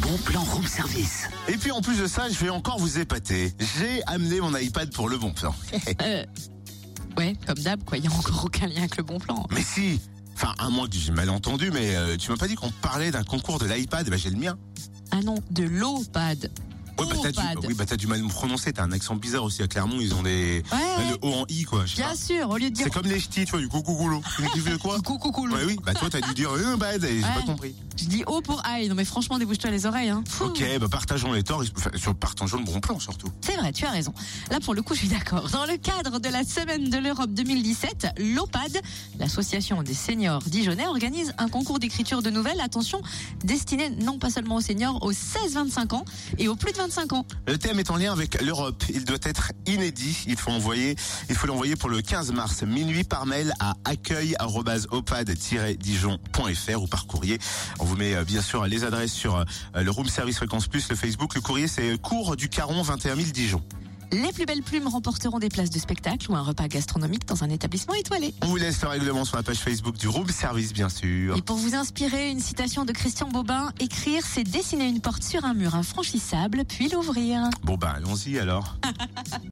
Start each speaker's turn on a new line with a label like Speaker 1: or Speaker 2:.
Speaker 1: bon plan room service.
Speaker 2: Et puis en plus de ça, je vais encore vous épater. J'ai amené mon iPad pour le bon plan.
Speaker 3: Euh, ouais, comme d'hab, quoi. Il n'y a encore aucun lien avec le bon plan.
Speaker 2: Mais si Enfin, à moins que j'ai mal entendu, mais euh, tu m'as pas dit qu'on parlait d'un concours de l'iPad, eh ben j'ai le mien.
Speaker 3: Ah non, de l'eau-pad.
Speaker 2: Ouais, bah, t'as du,
Speaker 3: Eau-pad.
Speaker 2: bah oui, bah, t'as du mal à me prononcer, t'as un accent bizarre aussi à Clermont, ils ont des...
Speaker 3: Ouais,
Speaker 2: Le O en I, quoi, je sais pas.
Speaker 3: bien sûr, au lieu de dire
Speaker 2: C'est comme les ch'tis, tu vois, du coucou Tu veux quoi
Speaker 3: coucou, coucou,
Speaker 2: Ouais, oui, bah toi t'as dû dire euh, bah, j'ai pas
Speaker 3: Ouais.
Speaker 2: compris.
Speaker 3: je dis eau pour aïe. Non, mais franchement, débouche-toi les oreilles. Hein. Fou.
Speaker 2: Ok, bah partageons les torts, enfin, sur- partageons le bon plan surtout.
Speaker 3: C'est vrai, tu as raison. Là, pour le coup, je suis d'accord. Dans le cadre de la Semaine de l'Europe 2017, l'OPAD, l'association des seniors dijonnais, organise un concours d'écriture de nouvelles, attention, destiné non pas seulement aux seniors, aux 16-25 ans et aux plus de 25 ans.
Speaker 2: Le thème est en lien avec l'Europe. Il doit être inédit. Il faut envoyer, il faut l'envoyer pour le 15 mars, minuit par mail à accueil-opad-dijon.fr ou par courrier. On vous met euh, bien sûr les adresses sur euh, le Room Service Fréquence Plus, le Facebook. Le courrier, c'est euh, Cours du Caron 21 000 Dijon.
Speaker 3: Les plus belles plumes remporteront des places de spectacle ou un repas gastronomique dans un établissement étoilé.
Speaker 2: On vous laisse le règlement sur la page Facebook du Room Service, bien sûr.
Speaker 3: Et pour vous inspirer, une citation de Christian Bobin, écrire, c'est dessiner une porte sur un mur infranchissable, puis l'ouvrir.
Speaker 2: Bon, ben, allons-y alors.